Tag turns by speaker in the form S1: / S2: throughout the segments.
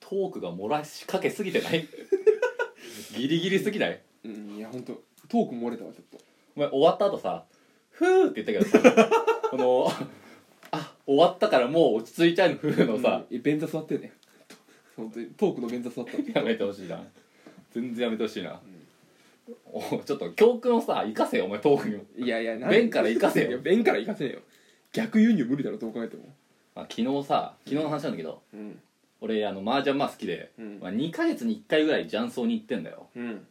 S1: トークが漏らしかけすぎてないギリギリすぎない
S2: うんいや本当トーク漏れたわちょっと
S1: お前終わった後さ「ふー」って言ったけど さこのあ終わったからもう落ち着いちゃうの「ふー」のさ、
S2: うん便座座ってね本当にトークの便座 座った
S1: やめてほしいな全然やめてほしいな、おちょっと教訓をさ生かせよお前トークにも
S2: いやいやなん
S1: 便から行かせよ
S2: いや便から行かせよ逆輸入無理だろどう考えても
S1: まあ、昨日さ昨日の話なんだけど、
S2: うん
S1: 俺あの麻雀まあ好きで、
S2: うん
S1: まあ、2ヶ月に1回ぐらい雀荘に行ってんだよ、
S2: うん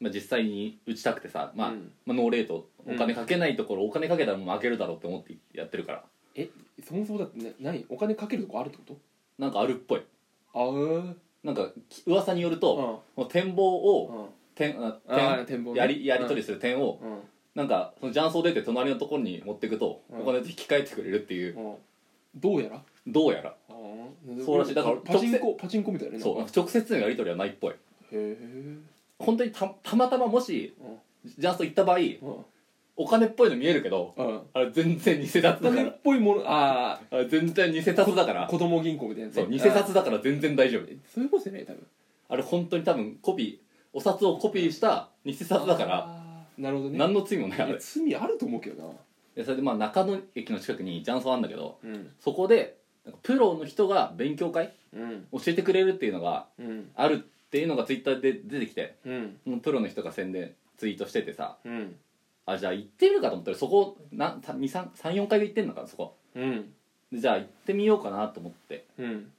S1: まあ、実際に打ちたくてさ、まあ
S2: うん
S1: まあ、ノーレートお金かけないところ、お金かけたらもう負けるだろうって思ってやってるから
S2: えそもそもだってな何お金かけるとこあるってこ
S1: なんかあるっぽい
S2: とあー
S1: なんかき噂によると、もう展望
S2: う
S1: を、
S2: ん
S1: 点あ
S2: あー
S1: 点
S2: 展望ね
S1: やりやり取りする点を、
S2: うん
S1: なんかその雀荘出て隣のところに持ってくと、
S2: うん
S1: お金と引き換えてくれるっていう、
S2: うんどうやら
S1: どうやら
S2: あー
S1: そうらしいだから
S2: パチンコパチンコみたいなね
S1: そう
S2: なん
S1: なん
S2: か
S1: か直接のやり取りはないっぽい
S2: へえ
S1: 本当にたたまたまもし
S2: うん
S1: ジャンスト行った場合
S2: うん
S1: お金っぽいの見えるけど
S2: うん
S1: あれ全然偽札だか
S2: 金っ
S1: ら
S2: ぽいものあ
S1: あれ全然偽札だから
S2: あ子供銀行みたいなやつね
S1: そう偽札
S2: あ
S1: だから全然大丈夫
S2: ーそういうことじゃない多分
S1: あれ本当に多分コピーお札をコピーした偽札だから
S2: らなるほどね
S1: 何の罪もないあ
S2: いや
S1: れ
S2: 罪あると思うけどな
S1: でそれでまあ中野駅の近くにジャンソンあるんだけど
S2: うん
S1: そこでなんかプロの人が勉強会
S2: うん
S1: 教えてくれるっていうのが
S2: うん
S1: あるっていうのがツイッターで出てきて
S2: うん
S1: そのプロの人が宣伝ツイートしててさ
S2: うん
S1: あじゃあ行ってみるかと思ったらそこ34回で行ってんのかなそこ
S2: うん
S1: でじゃあ行ってみようかなと思って
S2: うん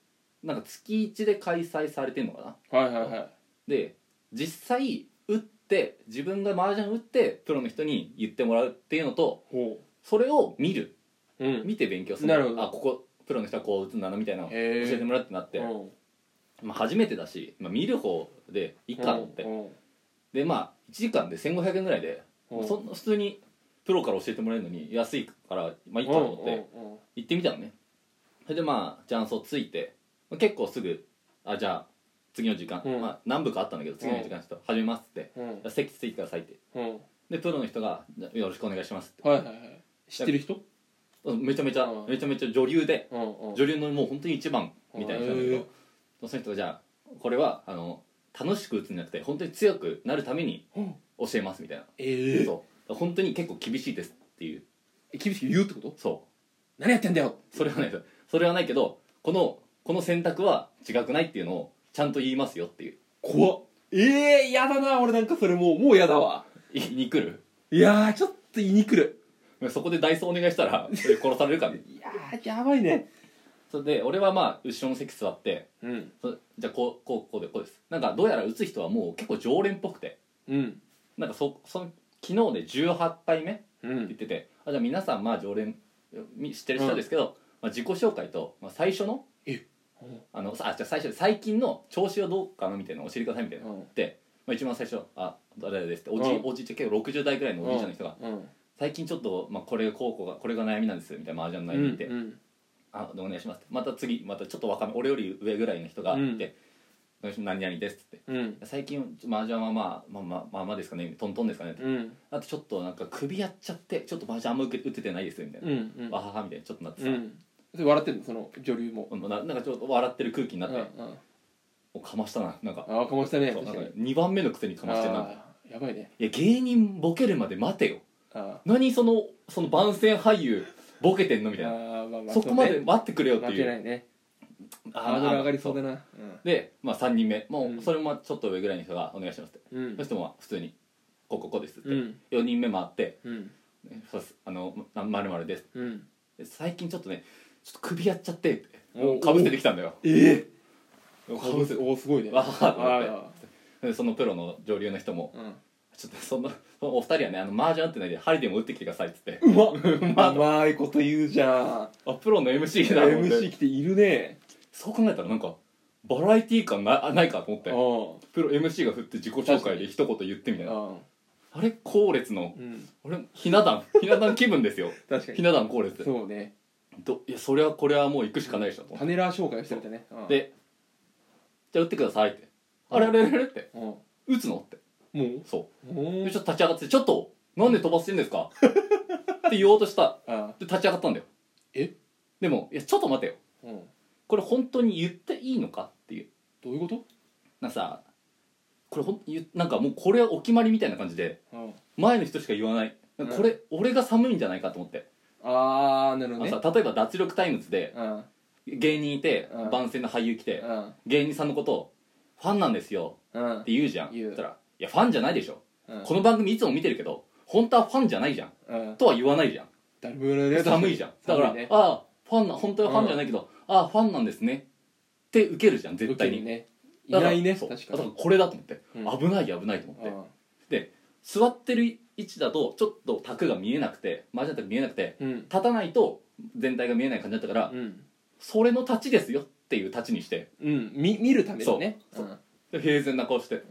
S1: なんか月1で開催されてんのかな
S2: はいはいはい
S1: で実際打って自分が麻雀打ってプロの人に言ってもらうっていうのと
S2: ほ
S1: それを見る
S2: ううん
S1: 見て勉強する
S2: なるほど
S1: あここプロの人はこう打つんだなみたいなのを教
S2: へー
S1: えてもらうってなって、
S2: うん
S1: まあ、初めてだし、まあ、見る方でいいかと思って
S2: うん
S1: でまあ1時間で1500円ぐらいで
S2: うん
S1: そんな普通にプロから教えてもらえるのに安いからまあいいかと思って行ってみたのねそれでまあ雀荘ついてまあ結構すぐあじゃあ次の時間、
S2: うん
S1: まあ、何部かあったんだけど次の時間ちょっと始めますって
S2: うんうん
S1: 席ついてくださいって
S2: うんうん
S1: でプロの人がじゃ「よろしくお願いします」って
S2: はいはいはい知ってる人
S1: めちゃめちゃ、
S2: うん
S1: めちゃめちゃ女流で
S2: うんうん
S1: 女流のもう本当に一番みたいな人なんだけ
S2: うんへ
S1: ど、その人がじゃあこれはあの楽しく打つんじゃなくて本当に強くなるために
S2: うん
S1: 教えますみたいな、
S2: ええ
S1: そう本当に結構厳しいですっていう
S2: 厳しく言うってこと
S1: そ
S2: 何やってんだよ
S1: うそれはないですそれはないけどこのこの選択は違くないっていうのをちゃんと言いますよっていう
S2: 怖っええやだな俺なんかそれもうもうやだわ
S1: 言いに来る
S2: いやーちょっと言いに来る
S1: そこでダイソーお願いしたらそれ殺されるからね
S2: いやーやばいね
S1: それで俺はまあ後ろの席座って
S2: うん
S1: そじゃあこうこうこうでこうですなんかどうやら打つ人はもう結構常連っぽくて
S2: うん
S1: なんかそその昨日で18回目って
S2: う
S1: 言っ
S2: ん
S1: ててあじゃあ皆さんまあ常連み知ってる人ですけど、まあ、自己紹介と、まあ、最初の
S2: え
S1: あのさあじゃあ最初最近の調子はどうかなみたいなの教えてくださいみたいな、
S2: うん
S1: で、まあ、一番最初「あ誰々です」っておじ,、
S2: うん
S1: おじいちゃん結構60代ぐらいのおじいちゃんの人が
S2: うん
S1: 「最近ちょっと、まあ、これこうこうがこれが悩みなんです」みたいな麻雀の悩みって、
S2: うん
S1: あお願いします」また次またちょっと若め俺より上ぐらいの人がいて「何々です」って。
S2: うん
S1: 最近麻雀はまあまあまあまあまあですかねトントンですかね、
S2: うん
S1: あとちょっとなんか首やっちゃってちょっと麻雀あんま打て打ててないですみたいな、
S2: うんうん
S1: わははみたいなちょっとなって
S2: う
S1: さ、
S2: んそれ笑ってんのその女流も
S1: うんななんかちょっと笑ってる空気にな
S2: う
S1: っ
S2: ん
S1: て、
S2: う
S1: も
S2: ん
S1: うかましたななんか
S2: ああかましたね
S1: そう
S2: 確
S1: な
S2: か
S1: んか
S2: に
S1: 2番目のくせにかましてるな
S2: あーやばいね
S1: いや芸人ボケるまで待てよ
S2: あ
S1: 何そのその番宣俳優ボケてんのみ
S2: ー
S1: たいな
S2: あーまあまあ
S1: そこま
S2: う
S1: で
S2: ね
S1: 待ってくれよって
S2: 負
S1: い
S2: け
S1: う
S2: ないね
S1: あ
S2: ハードル上がりそう
S1: で
S2: だな
S1: で、まあ、3人目も
S2: うん
S1: うそれもちょっと上ぐらいの人が「お願いします」って、
S2: うんうん
S1: そしてもまあ普通に「こうこうこうです」って、
S2: うん
S1: 4人目回って
S2: うん
S1: 「そうですあのままるまるです」
S2: うん
S1: で最近ちょっとねちょっと首やっちゃってって
S2: お
S1: かぶせてきたんだよ
S2: ええ
S1: かぶせて
S2: おおすごいね
S1: わーと思って
S2: あ
S1: でそのプロの上流の人も
S2: ーうん
S1: 「ちょっとそのそのお二人はねあの麻雀ってないで針でも打ってきてください」っつって
S2: うまうまいこと言うじゃん
S1: あプロの MC だと思って
S2: MC 来ているね
S1: そう考えたらなんかバラエティー感なあないかと思っ
S2: う
S1: て
S2: ん
S1: プロ MC が振って自己紹介で一言言ってみたいなあれ後列の
S2: うん
S1: 俺ひな壇ひな壇気分 ですよ
S2: 確か
S1: ひ
S2: に
S1: な壇後列
S2: そうね
S1: どいやそれはこれはもう行くしかないでしょと思っ
S2: パネラー紹介をしてみたねうん
S1: てで「じゃあ打ってください」って「あれあれあれ?」って
S2: うんも
S1: 「打つの?」って
S2: う
S1: そう
S2: も
S1: で
S2: う
S1: ちょっと立ち上がって「ちょっとなんで飛ばしてんですか? 」って言おうとした
S2: あ
S1: で立ち上がったんだよ
S2: え
S1: でも「いやちょっと待てよ
S2: うん
S1: これ本当に言っていいのか?」っていう
S2: どういうこ
S1: なんかさこれほんゆなんかもうこれお決まりみたいな感じで
S2: と、うん、
S1: 前の人しか言わないなんかこれ、俺が寒いんじゃないかと思って、
S2: ああなる
S1: あ
S2: ほど
S1: の
S2: ね
S1: さ例えば脱力タイムズで
S2: うん
S1: 芸人いて、
S2: うん
S1: 番宣の俳優来て、
S2: うん
S1: 芸人さんのことを「ファンなんですよ」
S2: うん
S1: って言うじゃん
S2: 言う
S1: 言ったら「いやファンじゃないでしょ、
S2: うん
S1: この番組いつも見てるけど本当はファンじゃないじゃん」
S2: うん
S1: とは言わないじゃん
S2: だいぶね
S1: 寒いじゃんだから、
S2: 寒いね
S1: ああファンな本当はファンじゃないけど、ああファンなんですねって受けるじゃん絶対
S2: ウケる
S1: に、
S2: ねい
S1: だから
S2: ないね
S1: そう
S2: 確か
S1: だから
S2: に
S1: これだと思って、
S2: うん
S1: 危ない危ないと思って、
S2: うん
S1: 座ってる位置だとちょっと卓が見えなくてマジの卓見えなくて
S2: うん
S1: 立たないと全体が見えない感じだったから、
S2: うん
S1: それの立ちですよっていう立ちにして
S2: うんみ見るためのね
S1: そう
S2: うん
S1: で平然な顔して
S2: うん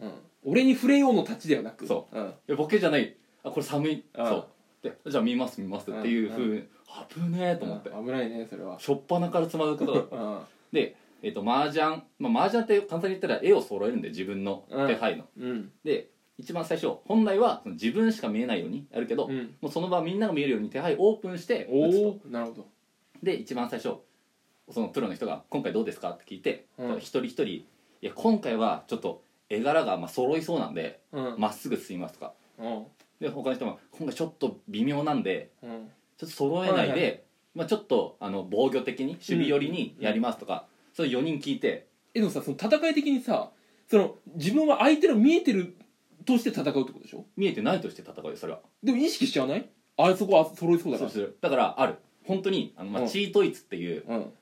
S2: 俺に触れようの立ちではなく
S1: そう
S2: うん
S1: いやボケじゃないあこれ寒い、
S2: うん
S1: そうでじゃあ見ます見ますっていうふうに、危ねえと思って、
S2: うん危ないねそれは
S1: しょっぱなからつまずくこと
S2: うん
S1: で、えっと麻雀、まあ、麻雀って簡単に言ったら絵を揃えるんで自分の
S2: うん
S1: 手配の、
S2: うん
S1: で一番最初本来はその自分しか見えないようにやるけど、
S2: うん
S1: もうその場みんなが見えるように手配オープンして打つと
S2: おおなるほど
S1: で一番最初そのプロの人が「今回どうですか?」って聞いて、
S2: うん
S1: 一人一人「いや今回はちょっと絵柄がまあ揃いそうなんで
S2: うん
S1: まっすぐ進みます」とか
S2: うん
S1: で他の人も「今回ちょっと微妙なんで
S2: うん
S1: ちょっと揃えないで、
S2: はいは
S1: まあ、ちょっとあの防御的に守備寄りにやります」とか、そういう4人聞いて
S2: えでもさその戦い的にさその自分は相手の見えてるとして戦うってことでしょ
S1: 見えてないとして戦うよそれは
S2: でも意識しちゃわないあそこは揃いそうだ
S1: そう
S2: から
S1: するだからある本当にあの、まあ
S2: うん
S1: チートイツっていう
S2: うん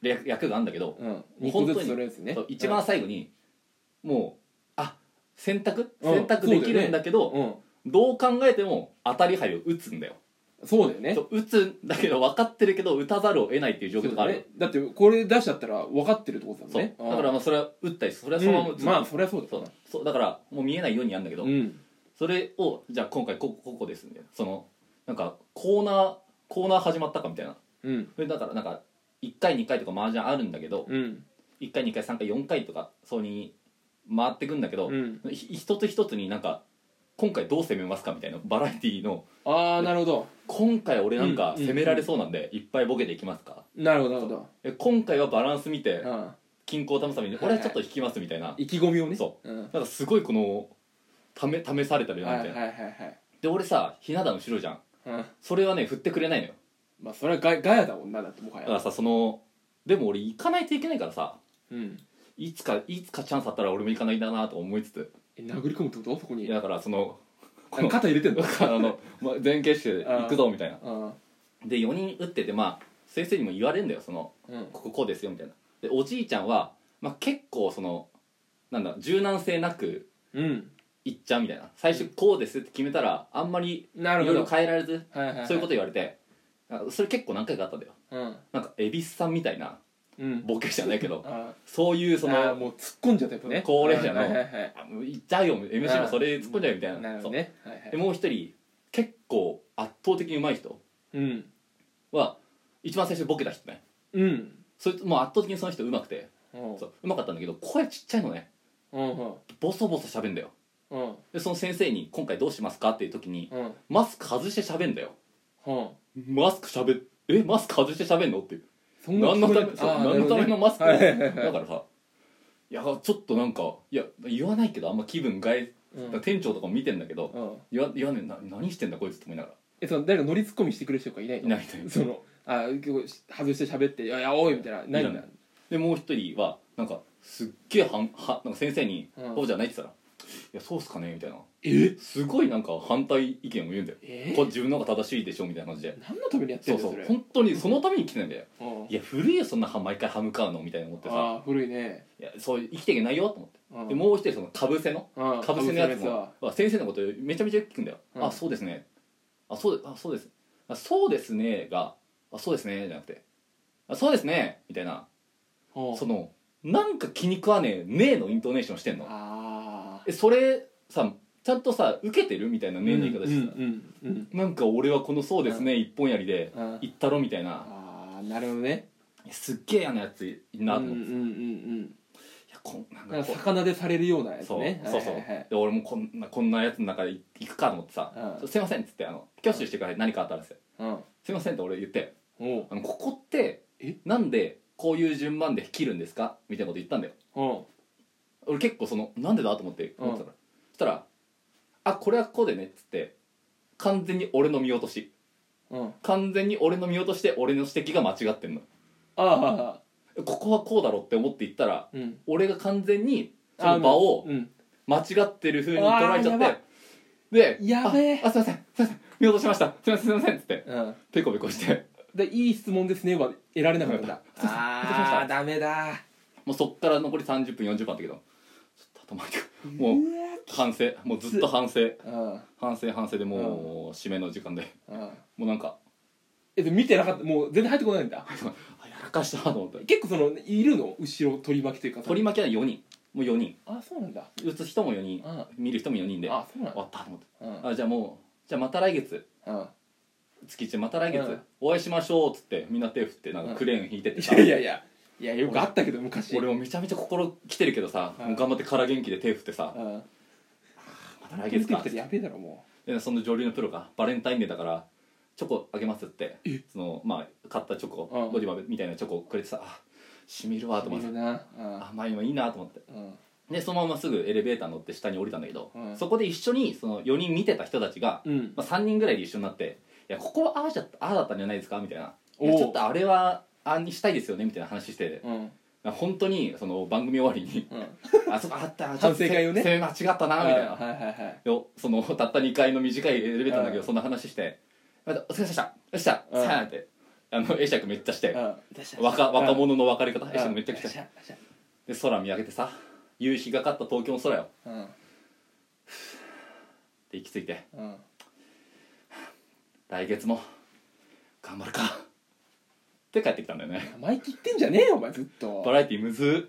S1: 略役があるんだけど、
S2: うん
S1: もう
S2: 2
S1: 本
S2: 個
S1: 当に
S2: ずつ揃えるやつね
S1: そう一番最後に、もうあ選択
S2: うん
S1: 選択できるんだけど、
S2: うん
S1: どう考えても当たり牌を打つんだよ
S2: そうだよね
S1: そう打つんだけど分かってるけど打たざるを得ないっていう状況とかあ
S2: そう
S1: る
S2: だね、だってこれ出しちゃったら分かってるってことだ
S1: そ
S2: も
S1: うん
S2: ね
S1: だから
S2: ま
S1: まあそれは打ったりそれ
S2: あ
S1: はそのまま打つ、
S2: まあそりゃそうだ
S1: そ
S2: よ
S1: うそうだからもう見えないようにやるんだけど、
S2: うん
S1: それをじゃあ今回ここここですみたいなそのなんかコーナーコーナー始まったかみたいな
S2: うん
S1: それだからなんか1回2回とか麻雀あるんだけど、
S2: うん
S1: 1回2回3回4回とかそうに回ってくんだけど、
S2: うん
S1: ひ一つ一つになんか今回どう攻めますかみたいなバラエティーの
S2: ああなるほど
S1: 今回俺なんか
S2: うん
S1: 攻められそうなんでいっぱいボケていきますか、
S2: なるほどなるほど
S1: え今回はバランス見て
S2: うん
S1: 均衡を保つために
S2: はいはい
S1: 俺はちょっと引きますみたいな、
S2: 意気込みをね、
S1: そう
S2: ん、
S1: なんかすごいこの試試されたり
S2: は
S1: ないみ
S2: は
S1: たい
S2: い
S1: な、
S2: はいはい
S1: で俺さひな壇後ろじゃん
S2: うん
S1: それはね振ってくれないのよ
S2: まあそれはガガヤだもんなだってもは
S1: だから
S2: や
S1: さそのでも俺行かないといけないからさ
S2: うん
S1: いつかいつかチャンスあったら俺も行かないんだなとか思いつつ
S2: え殴り込むってことそこ
S1: い
S2: に
S1: やだからその
S2: あ肩入れてんの
S1: あのま前傾して行くぞみたいな
S2: うん
S1: で4人打っててまあ先生にも言われるんだよその
S2: うん
S1: こここうですよみたいなでおじいちゃんは、まあ、結構そのなんだ柔軟性なく
S2: うん
S1: いっちゃうみたいな最初こうですって決めたらあんまりい
S2: な
S1: ろ
S2: る
S1: い
S2: ほ
S1: ろ
S2: ど
S1: 変えられず
S2: はいはいはい
S1: そういうこと言われてあそれ結構何回かあったんだよ
S2: うん
S1: なんか恵比寿さんみたいな
S2: うん
S1: ボケじゃない けど
S2: あ
S1: そういうそ
S2: その
S1: の
S2: もう突っ込んじゃったやつね
S1: 高齢者の
S2: はいはいはい
S1: あもう行っちゃうよ MC もそれ突っ込んじゃうよみたいな
S2: なるほどねはいは
S1: そうで
S2: い
S1: もう一人結構圧倒的に上手い人
S2: うん
S1: は一番最初にボケた人ね
S2: うん
S1: それともう圧倒的にその人上手くて
S2: うん
S1: そううまかったんだけど声ちっちゃいのね
S2: うんうん
S1: ボソボソ喋んだよ
S2: うん
S1: でその先生に「今回どうしますか?」っていう時に
S2: うん
S1: マスク外して喋んだよ
S2: うん
S1: マスク喋っえマスク外して喋んのっていう
S2: そんな
S1: 何のため
S2: 聞こえ
S1: そう
S2: なあー
S1: 何のためのマスク
S2: な
S1: だ
S2: るほどねはいはいはい
S1: からさいやちょっとなんかいや言わないけどあんま気分害、
S2: うん
S1: 店長とかも見てんだけど
S2: うん
S1: 言わ言わねえな何してんだこいつと思いなが
S2: えその誰か乗りツッコミしてくれる人がいな
S1: ら
S2: い
S1: い
S2: の
S1: ないみたいな
S2: そのあ結構し外して喋って「いやいやおい」みたいなないんだ
S1: でもう一人はなんかすっげえはんはなんか先生に
S2: うん
S1: 「そうじゃない?」って言ったら「いやそうっすかね」みたいな
S2: え
S1: すごいなんか反対意見を言うんだよ
S2: え
S1: これ自分の方が正しいでしょみたいな感じで
S2: 何のためにやっ
S1: そ
S2: てる
S1: うんそ
S2: だ
S1: う
S2: それ
S1: 本当にそのために来てないんだよ
S2: うん
S1: いや古いよそんな歯毎回歯向かうのみたいな思ってさ
S2: ああ古いね
S1: いやそう生きていけないよと思って
S2: うん
S1: でもう一人そのかぶせの
S2: うん
S1: かぶせのやつ
S2: 被せの
S1: もあ先生のことめちゃめちゃよく聞くんだよ
S2: うん
S1: あそうですねあそうあそうですあそうですねがあそうですねじゃなくてあそうですねみたいな
S2: は
S1: そのなんか気に食わねえねえのイントネーションしてんの
S2: ああ
S1: えそれさちゃんとさ受けてるみたいなねえの言い方してさ
S2: うんうんうん
S1: なんか俺はこの「そうですね」一本槍で
S2: うん
S1: 行ったろみたいな
S2: ああなるほどね
S1: すっげえ嫌なやついるなと思って、
S2: うん
S1: い
S2: うんうん
S1: やこんなん
S2: うんなん
S1: か
S2: か
S1: こう
S2: 魚でされるようなやつ
S1: そう,、
S2: ね
S1: そうそう、
S2: はいはいはい
S1: で俺もこんなこんなやつの中で行くかと思ってさ「
S2: うん
S1: すいません」っつってあの「挙手してください、何かあったらですよ
S2: うん
S1: すいません」って俺言って
S2: おう
S1: 「あのここって
S2: え
S1: なんでこういう順番で切るんですか?」みたいなこと言ったんだよ
S2: おう
S1: 俺結構そのなんでだと思って思ってたから、そしたら「あこれはこうでね」っつって完全に俺の見落とし
S2: うん
S1: 完全に俺の見落としで俺の指摘が間違ってんの
S2: ああ
S1: ここはこうだろって思って言ったら
S2: うん
S1: 俺が完全にその場を
S2: うん
S1: 間違ってる風に捉えちゃっ
S2: あーやば
S1: てで
S2: やべえ
S1: ああすいませんすいません見落としましたすいませんすいません」っつって
S2: うん
S1: ペコペコして
S2: でいい質問ですねは得られなかったんだ あ
S1: あ
S2: あダメだ
S1: もうそっから残り30分40分だったけどちょっと頭が
S2: う
S1: もう反省もうずっと反省
S2: わ
S1: 反省反省でもう締めの時間で
S2: うんうん
S1: もうなんか
S2: えでも見てなかったもう全然入ってこないんだ
S1: あやらかしたなと思って
S2: 結構そのいるの後ろ取り巻きというか
S1: 取り巻きは4人もう4人
S2: あそうなんだ
S1: 打つ人も4人
S2: うん
S1: 見る人も4人で終
S2: あそうなんだ
S1: わったと思って
S2: うん
S1: あじゃあもうじゃあまた来月
S2: うん
S1: 月一また来
S2: う
S1: 月
S2: ん
S1: お会いしましょうっつってみんな手振ってなん
S2: う
S1: か
S2: ん
S1: クレーン引いてってさ
S2: いやいやいやいやよくあったけど昔
S1: 俺もめちゃめちゃ心来てるけどさ
S2: うん
S1: もう頑張って空元気で手振ってさ
S2: うん
S1: また来月か
S2: 出てきたらやべえだろも
S1: でその上流のプロがバレンタインデーだからチョコあげますって
S2: え
S1: そのまあ買ったチョコ
S2: うん
S1: ゴディバみたいなチョコをくれてさあしみるわと
S2: う
S1: 思っ
S2: 見
S1: て
S2: るな
S1: あまあ今いいなと思って
S2: うんうん
S1: でそのまますぐエレベーター乗って下に降りたんだけど、
S2: うん
S1: そこで一緒にその4人見てた人たちが、
S2: うん
S1: まあ、3人ぐらいで一緒になって「いやここはああじゃああだったんじゃないですか」みたいな「い
S2: お
S1: や
S2: う
S1: ちょっとあれはああにしたいですよね」みたいな話して
S2: うん
S1: 本当にその番組終わりに
S2: うん
S1: 「あそこあったちょっと
S2: 反省会をね
S1: せせ間違ったな」みたいな
S2: はいはいはい
S1: よそのたった2階の短いエレベーターだけど
S2: うん
S1: そんな話して「またお疲れ様でしたよっしゃ
S2: うん
S1: さあ」ってあの会釈めっちゃして
S2: うん
S1: 若若者の別れ方
S2: うん
S1: 会釈めっちゃくちゃしてで空見上げてさ夕日がかった東京の空よ
S2: うん
S1: って行き着いて
S2: うん
S1: 来月も頑張るかって帰ってきたんだよね
S2: 生意気言ってんじゃねえよお前ずっと
S1: バラエティーむずー